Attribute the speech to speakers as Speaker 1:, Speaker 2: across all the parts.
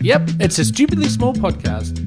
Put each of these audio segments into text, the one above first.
Speaker 1: Yep, it's a stupidly small podcast.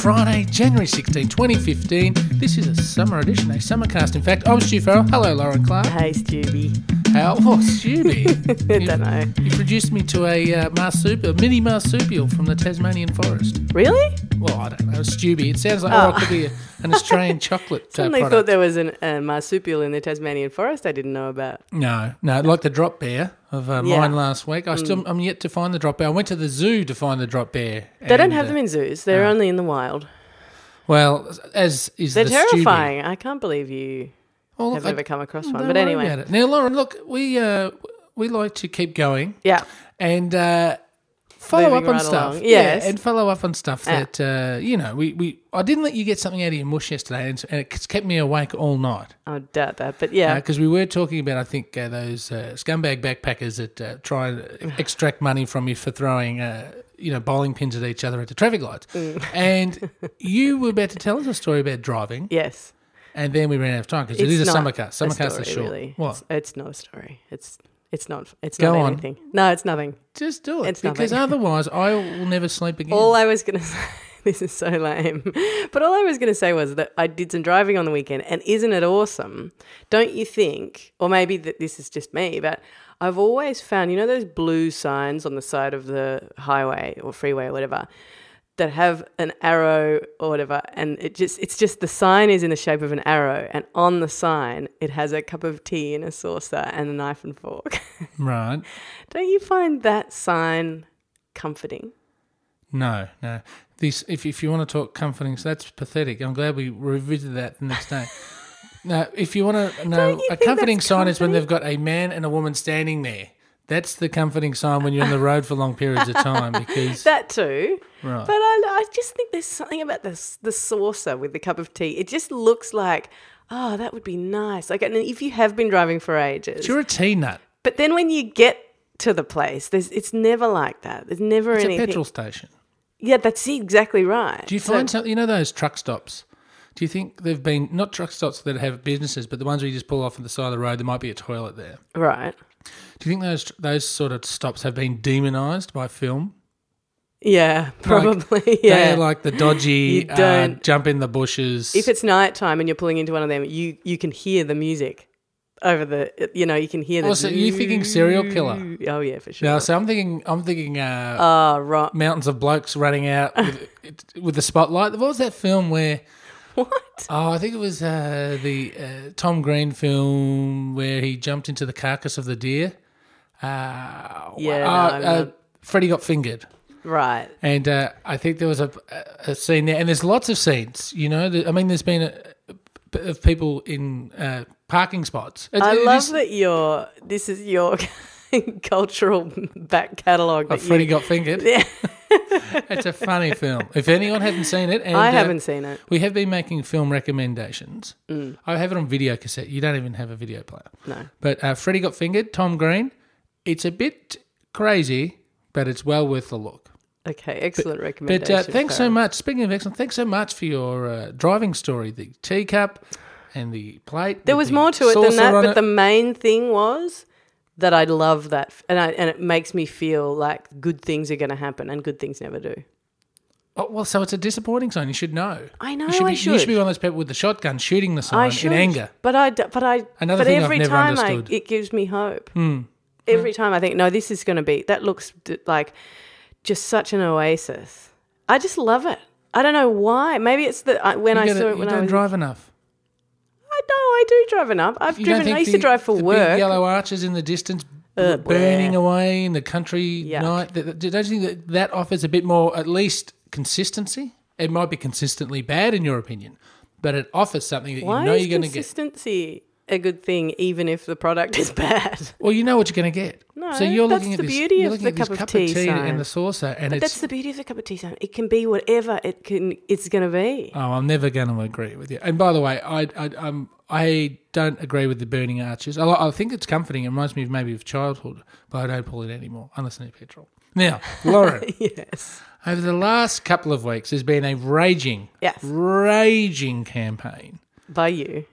Speaker 1: Friday, January 16, 2015. This is a summer edition, a summercast. In fact, I'm Stu Farrell. Hello, Lauren Clark.
Speaker 2: Hey, Stubby.
Speaker 1: How? Oh, Stewie.
Speaker 2: I don't know.
Speaker 1: You produced me to a uh, marsupial, mini marsupial from the Tasmanian forest.
Speaker 2: Really?
Speaker 1: Well, I don't know, Stewie. It sounds like oh, it could be a- an Australian chocolate uh,
Speaker 2: Suddenly
Speaker 1: product.
Speaker 2: thought there was an, a marsupial in the Tasmanian forest I didn't know about.
Speaker 1: No, no, like the drop bear of uh,
Speaker 2: Yeah. Mm.
Speaker 1: mine last week. I still, I'm yet to find the drop bear. I went to the zoo to find the drop bear. uh,
Speaker 2: They don't have them in zoos. They're only in the wild.
Speaker 1: Well, as is
Speaker 2: They're
Speaker 1: the Stewie.
Speaker 2: terrifying. I can't believe you
Speaker 1: Well,
Speaker 2: have
Speaker 1: I-
Speaker 2: ever come across one.
Speaker 1: don't
Speaker 2: But
Speaker 1: worry
Speaker 2: anyway,
Speaker 1: about it. now, Lauren, look, we uh, we like to keep going
Speaker 2: yeah,
Speaker 1: and uh, follow
Speaker 2: Moving
Speaker 1: up on
Speaker 2: right
Speaker 1: stuff.
Speaker 2: along. Yes. Ah.
Speaker 1: and follow up on stuff
Speaker 2: Yeah.
Speaker 1: that uh, you know. We, we I didn't let you get something out of your mush yesterday, and, and it kept me awake all night.
Speaker 2: I doubt that. But yeah,
Speaker 1: because we were talking about, I think, uh, those uh, scumbag backpackers that uh, try and extract money from you for throwing, uh, you know, bowling pins at each other at the traffic lights.
Speaker 2: Mm.
Speaker 1: And you were about to tell us a story about driving,
Speaker 2: yes,
Speaker 1: and then we ran out of time because it is a
Speaker 2: not
Speaker 1: summer car. Summer cars
Speaker 2: story,
Speaker 1: are short.
Speaker 2: Really.
Speaker 1: What?
Speaker 2: It's, it's not a story. It's it's not. It's
Speaker 1: Go
Speaker 2: not
Speaker 1: on.
Speaker 2: anything. No, it's nothing.
Speaker 1: Just do it
Speaker 2: It's
Speaker 1: because otherwise I will never sleep again.
Speaker 2: All I was going to say, this is so lame, but all I was going to say was that I did some driving on the weekend, and isn't it awesome? Don't you think? Or maybe that this is just me, but I've always found, you know, those blue signs on the side of the highway or freeway or whatever that have an arrow or whatever and it just it's just the sign is in the shape of an arrow and on the sign it has a cup of tea and a saucer and a knife and fork
Speaker 1: right?
Speaker 2: don't you find that sign comforting
Speaker 1: No, no. This if if you want to talk comforting, so that's pathetic. I'm glad we revisited that the next day. no, if you want to know,
Speaker 2: you
Speaker 1: a
Speaker 2: think
Speaker 1: comforting
Speaker 2: that's
Speaker 1: sign is when they've got a man and a woman standing there. That's the comforting sign when you're on the road for long periods of time because
Speaker 2: that too
Speaker 1: right.
Speaker 2: But I, I just think there's something about this the saucer with the cup of tea. It just looks like, oh, that would be nice. Like, and if you have been driving for ages,
Speaker 1: you're a tea nut.
Speaker 2: but then when you get to the place, there's it's never like that. There's never
Speaker 1: It's a
Speaker 2: anything.
Speaker 1: petrol station.
Speaker 2: Yeah, that's exactly right.
Speaker 1: Do you find something? You know those truck stops. Do you think they've been not truck stops that have businesses, but the ones where you just pull off on the side of the road? There might be a toilet there.
Speaker 2: right?
Speaker 1: Do you think those those sort of stops have been demonised by film?
Speaker 2: Yeah, probably.
Speaker 1: They're
Speaker 2: yeah.
Speaker 1: like the dodgy,
Speaker 2: You
Speaker 1: uh,
Speaker 2: don't-
Speaker 1: jump in the bushes.
Speaker 2: if it's nighttime and you're pulling into one of them, you you can hear the music over the. You know, you can hear the.
Speaker 1: Also, you thinking serial killer?
Speaker 2: Oh yeah, for sure.
Speaker 1: now, so I'm thinking, I'm thinking uh,
Speaker 2: Oh right.
Speaker 1: mountains of blokes running out
Speaker 2: uh,
Speaker 1: with, it, with the spotlight. What was that film where?
Speaker 2: What?
Speaker 1: Oh, I think it was uh, the uh, Tom Green film where he jumped into the carcass of the deer. Uh,
Speaker 2: Yeah,
Speaker 1: uh,
Speaker 2: no, I'm
Speaker 1: uh,
Speaker 2: not-
Speaker 1: Freddie got fingered.
Speaker 2: Right.
Speaker 1: And uh, I think there was a, a scene there, and there's lots of scenes. You know, There- I mean, there's been a, a- of people in uh, parking spots. It-
Speaker 2: I
Speaker 1: it
Speaker 2: love
Speaker 1: is-
Speaker 2: that your this is your cultural back catalogue.
Speaker 1: I've
Speaker 2: That
Speaker 1: Freddy
Speaker 2: you,
Speaker 1: oh, got fingered. it's a funny film. If anyone hasn't seen it, and,
Speaker 2: I
Speaker 1: uh,
Speaker 2: haven't seen it.
Speaker 1: we have been making film recommendations. I have it on video cassette. You don't even have a video player.
Speaker 2: No.
Speaker 1: But uh, Freddy got fingered. Tom Green. It's a bit crazy, but it's well worth the look.
Speaker 2: Okay, excellent
Speaker 1: But
Speaker 2: recommendation.
Speaker 1: uh, thanks so
Speaker 2: Farrell.
Speaker 1: much. Speaking of excellent, thanks so much for your uh, driving story. The teacup and the plate.
Speaker 2: There
Speaker 1: with
Speaker 2: was
Speaker 1: the
Speaker 2: more to it than
Speaker 1: saucer
Speaker 2: that,
Speaker 1: on
Speaker 2: but
Speaker 1: it.
Speaker 2: the main thing was that I love that, f- and I, and it makes me feel like good things are going to happen, and good things never do.
Speaker 1: Oh, well, so it's a disappointing sign. You should know.
Speaker 2: I know
Speaker 1: You should,
Speaker 2: I
Speaker 1: be,
Speaker 2: should.
Speaker 1: you should be one of those people with the shotgun shooting the
Speaker 2: I
Speaker 1: sign
Speaker 2: should,
Speaker 1: in anger.
Speaker 2: but I, d- but I,
Speaker 1: Another
Speaker 2: but
Speaker 1: thing I've
Speaker 2: every
Speaker 1: never
Speaker 2: time
Speaker 1: understood. Hmm.
Speaker 2: I, it gives me hope. Every time I think, no, this is going to be that looks d- like just such an oasis. I just love it. I don't know why. Maybe it's that I, when
Speaker 1: You,
Speaker 2: I
Speaker 1: gotta-
Speaker 2: saw it
Speaker 1: you
Speaker 2: when
Speaker 1: don't
Speaker 2: I was.
Speaker 1: drive enough.
Speaker 2: I know I do drive enough. I've
Speaker 1: You don't
Speaker 2: driven.
Speaker 1: think
Speaker 2: I used
Speaker 1: the-
Speaker 2: to drive for
Speaker 1: the
Speaker 2: work.
Speaker 1: Big yellow arches in the distance
Speaker 2: Uh,
Speaker 1: burning
Speaker 2: bleh.
Speaker 1: away in the country night. Th- th- Don't you think that, that offers a bit more, at least consistency? It might be consistently bad in your opinion, but it offers something that
Speaker 2: why
Speaker 1: you know
Speaker 2: is
Speaker 1: you're going to get.
Speaker 2: consistency a good thing, even if the product is bad?
Speaker 1: Well, you know what you're going to get.
Speaker 2: No,
Speaker 1: so you're
Speaker 2: that's
Speaker 1: looking at
Speaker 2: the
Speaker 1: this,
Speaker 2: beauty
Speaker 1: you're
Speaker 2: of
Speaker 1: looking
Speaker 2: the
Speaker 1: at this
Speaker 2: cup of
Speaker 1: tea,
Speaker 2: tea
Speaker 1: and
Speaker 2: sign.
Speaker 1: the saucer, and
Speaker 2: That's
Speaker 1: it's.
Speaker 2: the beauty of a cup of tea. Sam. It can be whatever it can. It's going to be.
Speaker 1: Oh, I'm never going to agree with you. And by the way, I I um, I don't agree with the burning arches. I, li- I think it's comforting. It reminds me of maybe of childhood, but I don't pull it anymore unless I need petrol. Now, Lauren,
Speaker 2: Yes.
Speaker 1: over the last couple of weeks, there's been a raging,
Speaker 2: Yes.
Speaker 1: raging campaign
Speaker 2: By you.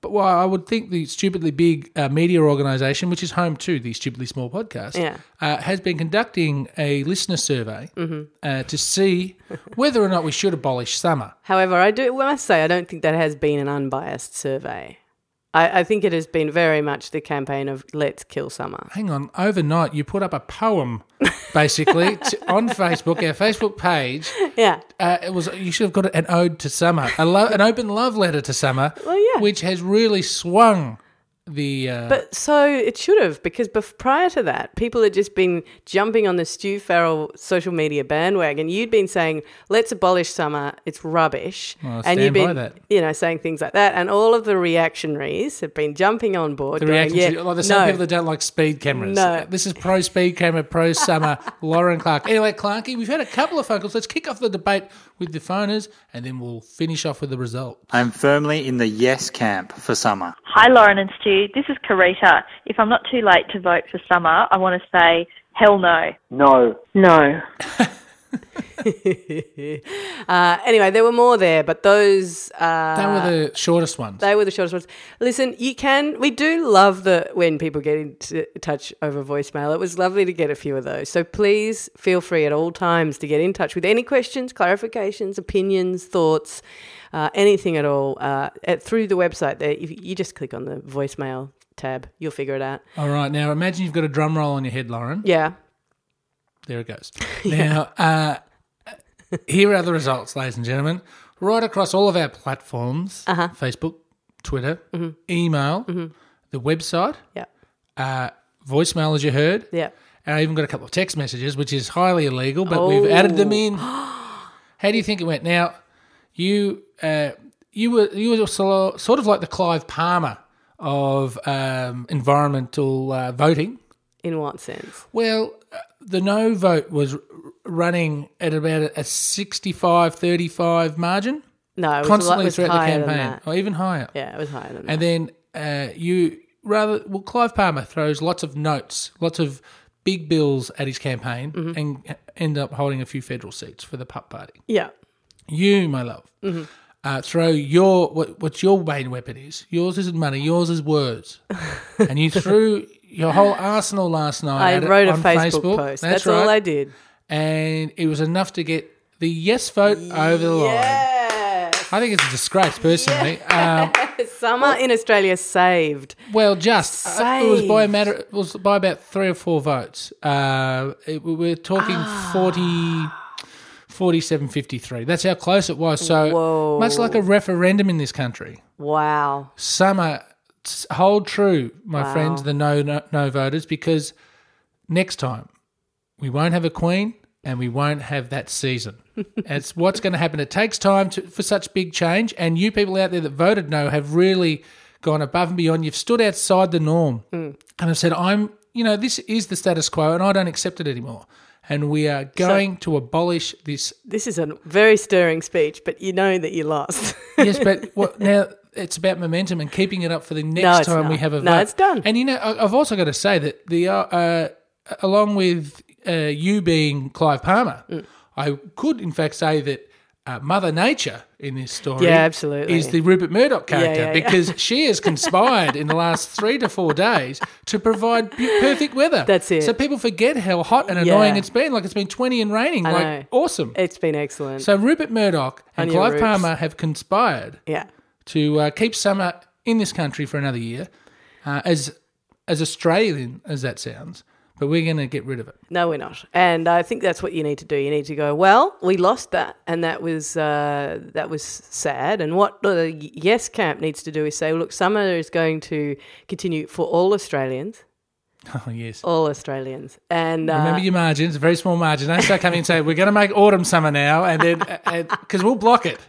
Speaker 1: but well, I would think the stupidly big uh, media organisation, which is home to the stupidly small podcast,
Speaker 2: Yeah.
Speaker 1: uh, has been conducting a listener survey
Speaker 2: Mm-hmm.
Speaker 1: uh, to see whether or not we should abolish summer.
Speaker 2: However, I do well, I must say I don't think that has been an unbiased survey. I, I think it has been very much the campaign of let's kill summer.
Speaker 1: Hang on, overnight you put up a poem, basically, to, on Facebook, our Facebook page.
Speaker 2: Yeah.
Speaker 1: Uh, it was you should have got an ode to summer, a lo- an open love letter to summer,
Speaker 2: Well, yeah.
Speaker 1: which has really swung the. Uh,
Speaker 2: But so it should have, because bef- prior to that, people had just been jumping on the Stu Farrell social media bandwagon. You'd been saying, let's abolish summer, it's rubbish.
Speaker 1: Well, I
Speaker 2: and
Speaker 1: stand
Speaker 2: you've
Speaker 1: by
Speaker 2: been,
Speaker 1: that.
Speaker 2: you know, saying things like that. And all of the reactionaries have been jumping on board.
Speaker 1: the
Speaker 2: going,
Speaker 1: reaction
Speaker 2: yeah,
Speaker 1: to like the same
Speaker 2: no.
Speaker 1: people that don't like speed cameras.
Speaker 2: No.
Speaker 1: This is pro speed camera, pro summer, Lauren Clark. Anyway, Clarky, we've had a couple of phone calls. Let's kick off the debate with the phoners and then we'll finish off with the result.
Speaker 3: I'm firmly in the yes camp for summer.
Speaker 4: Hi, Lauren and Stu. This is Karita. If I'm not too late to vote for summer, I want to say hell no.
Speaker 5: No.
Speaker 4: No.
Speaker 2: uh, anyway, there were more there, but those uh,
Speaker 1: They were the shortest ones.
Speaker 2: They were the shortest ones. Listen, you can. We do love the when people get in t- touch over voicemail. It was lovely to get a few of those. So please feel free at all times to get in touch with any questions, clarifications, opinions, thoughts, uh, anything at all uh, at, through the website. There, if you just click on the voicemail tab, you'll figure it out.
Speaker 1: All right, now imagine you've got a drum roll on your head, Lauren.
Speaker 2: Yeah.
Speaker 1: There it goes. Now, uh, here are the results, ladies and gentlemen. Right across all of our platforms
Speaker 2: Uh-huh.
Speaker 1: Facebook, Twitter,
Speaker 2: Mm-hmm.
Speaker 1: email, the website,
Speaker 2: Yeah.
Speaker 1: uh, voicemail, as you heard.
Speaker 2: Yeah.
Speaker 1: And I even got a couple of text messages, which is highly illegal, but we've added them in. How
Speaker 2: Oh.
Speaker 1: do you think it went? Now, you uh, you were you were solo- sort of like the Clive Palmer of um, environmental uh, voting.
Speaker 2: In what sense?
Speaker 1: Well, uh, the no vote was r- running at about a 65-35 margin,
Speaker 2: No, it was, a lot,
Speaker 1: constantly
Speaker 2: it was
Speaker 1: throughout the
Speaker 2: higher
Speaker 1: campaign,
Speaker 2: than that.
Speaker 1: or even higher.
Speaker 2: Yeah, it was higher than that.
Speaker 1: And then uh, you rather well, Clive Palmer throws lots of notes, lots of big bills at his campaign,
Speaker 2: Mm-hmm.
Speaker 1: and end up holding a few federal seats for the pup party.
Speaker 2: Yeah.
Speaker 1: You, my love,
Speaker 2: Mm-hmm.
Speaker 1: uh, throw your what, what your main weapon is. Yours isn't money. Yours is words, and you threw. Your whole arsenal last night.
Speaker 2: I
Speaker 1: at it
Speaker 2: wrote a
Speaker 1: on
Speaker 2: Facebook, post. That's,
Speaker 1: right
Speaker 2: all I did.
Speaker 1: and it was enough to get the yes vote over the line.
Speaker 2: Yes.
Speaker 1: I think it's a disgrace, personally. Um,
Speaker 2: Summer in Australia saved.
Speaker 1: well, just uh, it was by a
Speaker 2: Saved.
Speaker 1: matter. It was by about three or four votes. Uh, it, we we're talking 40, 47, 53. That's how close it was. So
Speaker 2: Whoa.
Speaker 1: much like a referendum in this country,
Speaker 2: Wow.
Speaker 1: summer s- hold true, my
Speaker 2: Wow.
Speaker 1: friends, the no, no no voters, because next time we won't have a queen and we won't have that season. it's what's going to happen. It takes time to, for such big change, and you people out there that voted no have really gone above and beyond. You've stood outside the norm and have said, "I'm." You know, this is the status quo, and I don't accept it anymore. And we are going to abolish this
Speaker 2: This is a very stirring speech, but you know that you lost.
Speaker 1: yes, but what, now it's about momentum and keeping it up for the next
Speaker 2: No, it's
Speaker 1: time we
Speaker 2: not.
Speaker 1: have a vote.
Speaker 2: No, it's done.
Speaker 1: And you know, I- I've also got to say that the uh, uh, along with uh, you being Clive Palmer,
Speaker 2: Mm.
Speaker 1: I could in fact say that. Uh, Mother Nature in this story,
Speaker 2: Yeah, absolutely.
Speaker 1: is the Rupert Murdoch character
Speaker 2: yeah, yeah.
Speaker 1: because she has conspired in the last three to four days to provide p- perfect weather.
Speaker 2: That's it.
Speaker 1: So people forget how hot and
Speaker 2: Yeah.
Speaker 1: annoying it's been. Like it's been twenty and raining.
Speaker 2: I
Speaker 1: like
Speaker 2: know.
Speaker 1: awesome.
Speaker 2: it's been excellent.
Speaker 1: so Rupert Murdoch and
Speaker 2: On your
Speaker 1: Clive
Speaker 2: roofs.
Speaker 1: Palmer have conspired
Speaker 2: yeah.
Speaker 1: to uh, keep summer in this country for another year, uh, as as Australian as that sounds. But we're going to get rid of it.
Speaker 2: No, we're not. And I think that's what you need to do. You need to go, well, we lost that and that was uh, that was sad. And what the Yes Camp needs to do is say, look, summer is going to continue for all Australians.
Speaker 1: Oh yes.
Speaker 2: All Australians. And uh,
Speaker 1: Remember your margins, a very small margin. Don't start coming and say we're going to make autumn summer now, and then because we'll block it,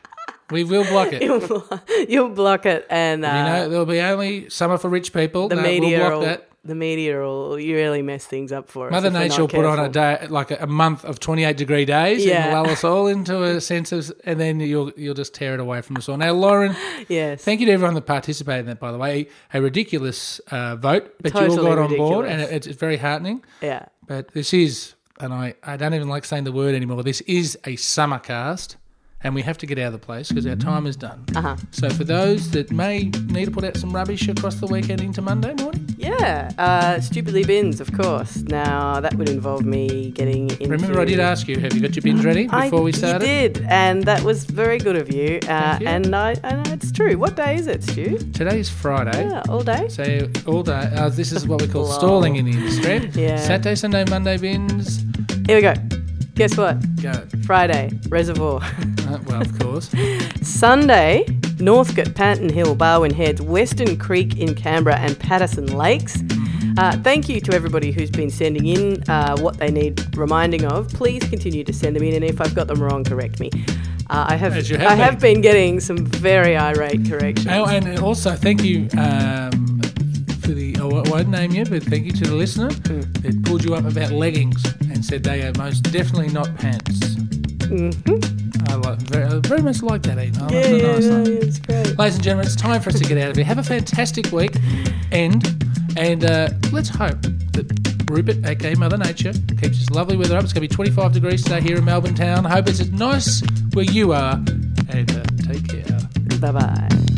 Speaker 1: we will block it. You
Speaker 2: you'll, blo- you'll block it and uh,
Speaker 1: know, there'll be only summer for rich people.
Speaker 2: the
Speaker 1: No,
Speaker 2: media
Speaker 1: we'll block
Speaker 2: will,
Speaker 1: that.
Speaker 2: the media will you really mess things up for us.
Speaker 1: Mother
Speaker 2: if we're not
Speaker 1: Nature will put on a
Speaker 2: careful.
Speaker 1: day, like a, a month of twenty-eight degree days,
Speaker 2: Yeah.
Speaker 1: and lull us all into a sense of, and then you'll you'll just tear it away from us all. Now, Lauren,
Speaker 2: Yes.
Speaker 1: Thank you to everyone that participated in that, by the way. A ridiculous uh, vote, but you all
Speaker 2: Totally
Speaker 1: got on board,
Speaker 2: ridiculous.
Speaker 1: and it, it's, it's very heartening.
Speaker 2: yeah.
Speaker 1: But this is, and I, I don't even like saying the word anymore, this is a summer cast, and we have to get out of the place because our time is done.
Speaker 2: Uh-huh.
Speaker 1: So for those that may need to put out some rubbish across the weekend into Monday morning,
Speaker 2: Yeah, uh, stupidly bins, of course. Now that would involve me getting into.
Speaker 1: remember I did ask you, have you got your bins ready before
Speaker 2: I,
Speaker 1: we started?
Speaker 2: You did, and that was very good of you. Uh,
Speaker 1: you.
Speaker 2: And I, and it's true. What day is it, Stu?
Speaker 1: Today is Friday.
Speaker 2: Yeah, all day.
Speaker 1: So all day, uh, this is what we call
Speaker 2: Lol.
Speaker 1: stalling in the industry.
Speaker 2: Yeah.
Speaker 1: Saturday, Sunday, Monday bins.
Speaker 2: Here we go. Guess what?
Speaker 1: Go.
Speaker 2: Friday, Reservoir.
Speaker 1: Uh, well, of course.
Speaker 2: Sunday, Northcote, Panton Hill, Barwon Heads, Western Creek in Canberra, and Patterson Lakes. Uh, thank you to everybody who's been sending in uh, what they need reminding of. Please continue to send them in, and if I've got them wrong, correct me. Uh, I have,
Speaker 1: As you have
Speaker 2: I have been getting some very irate corrections.
Speaker 1: Oh, and also thank you um, for the. I won't- won't name you, but thank you to the listener
Speaker 2: Hmm.
Speaker 1: that pulled you up about leggings and said they are most definitely not pants. Mm-hmm. I like very, I very much like that email.
Speaker 2: Mm-hmm. yeah,
Speaker 1: That's a nice
Speaker 2: yeah, yeah,
Speaker 1: one.
Speaker 2: yeah, it's great.
Speaker 1: Ladies and gentlemen, it's time for us to get out of here. Have a fantastic week, and and uh, let's hope that Rupert, aka Mother Nature, keeps this lovely weather up. It's going to be 25 degrees today here in Melbourne town. Hope it's as nice where you are, and uh, take care.
Speaker 2: Bye bye.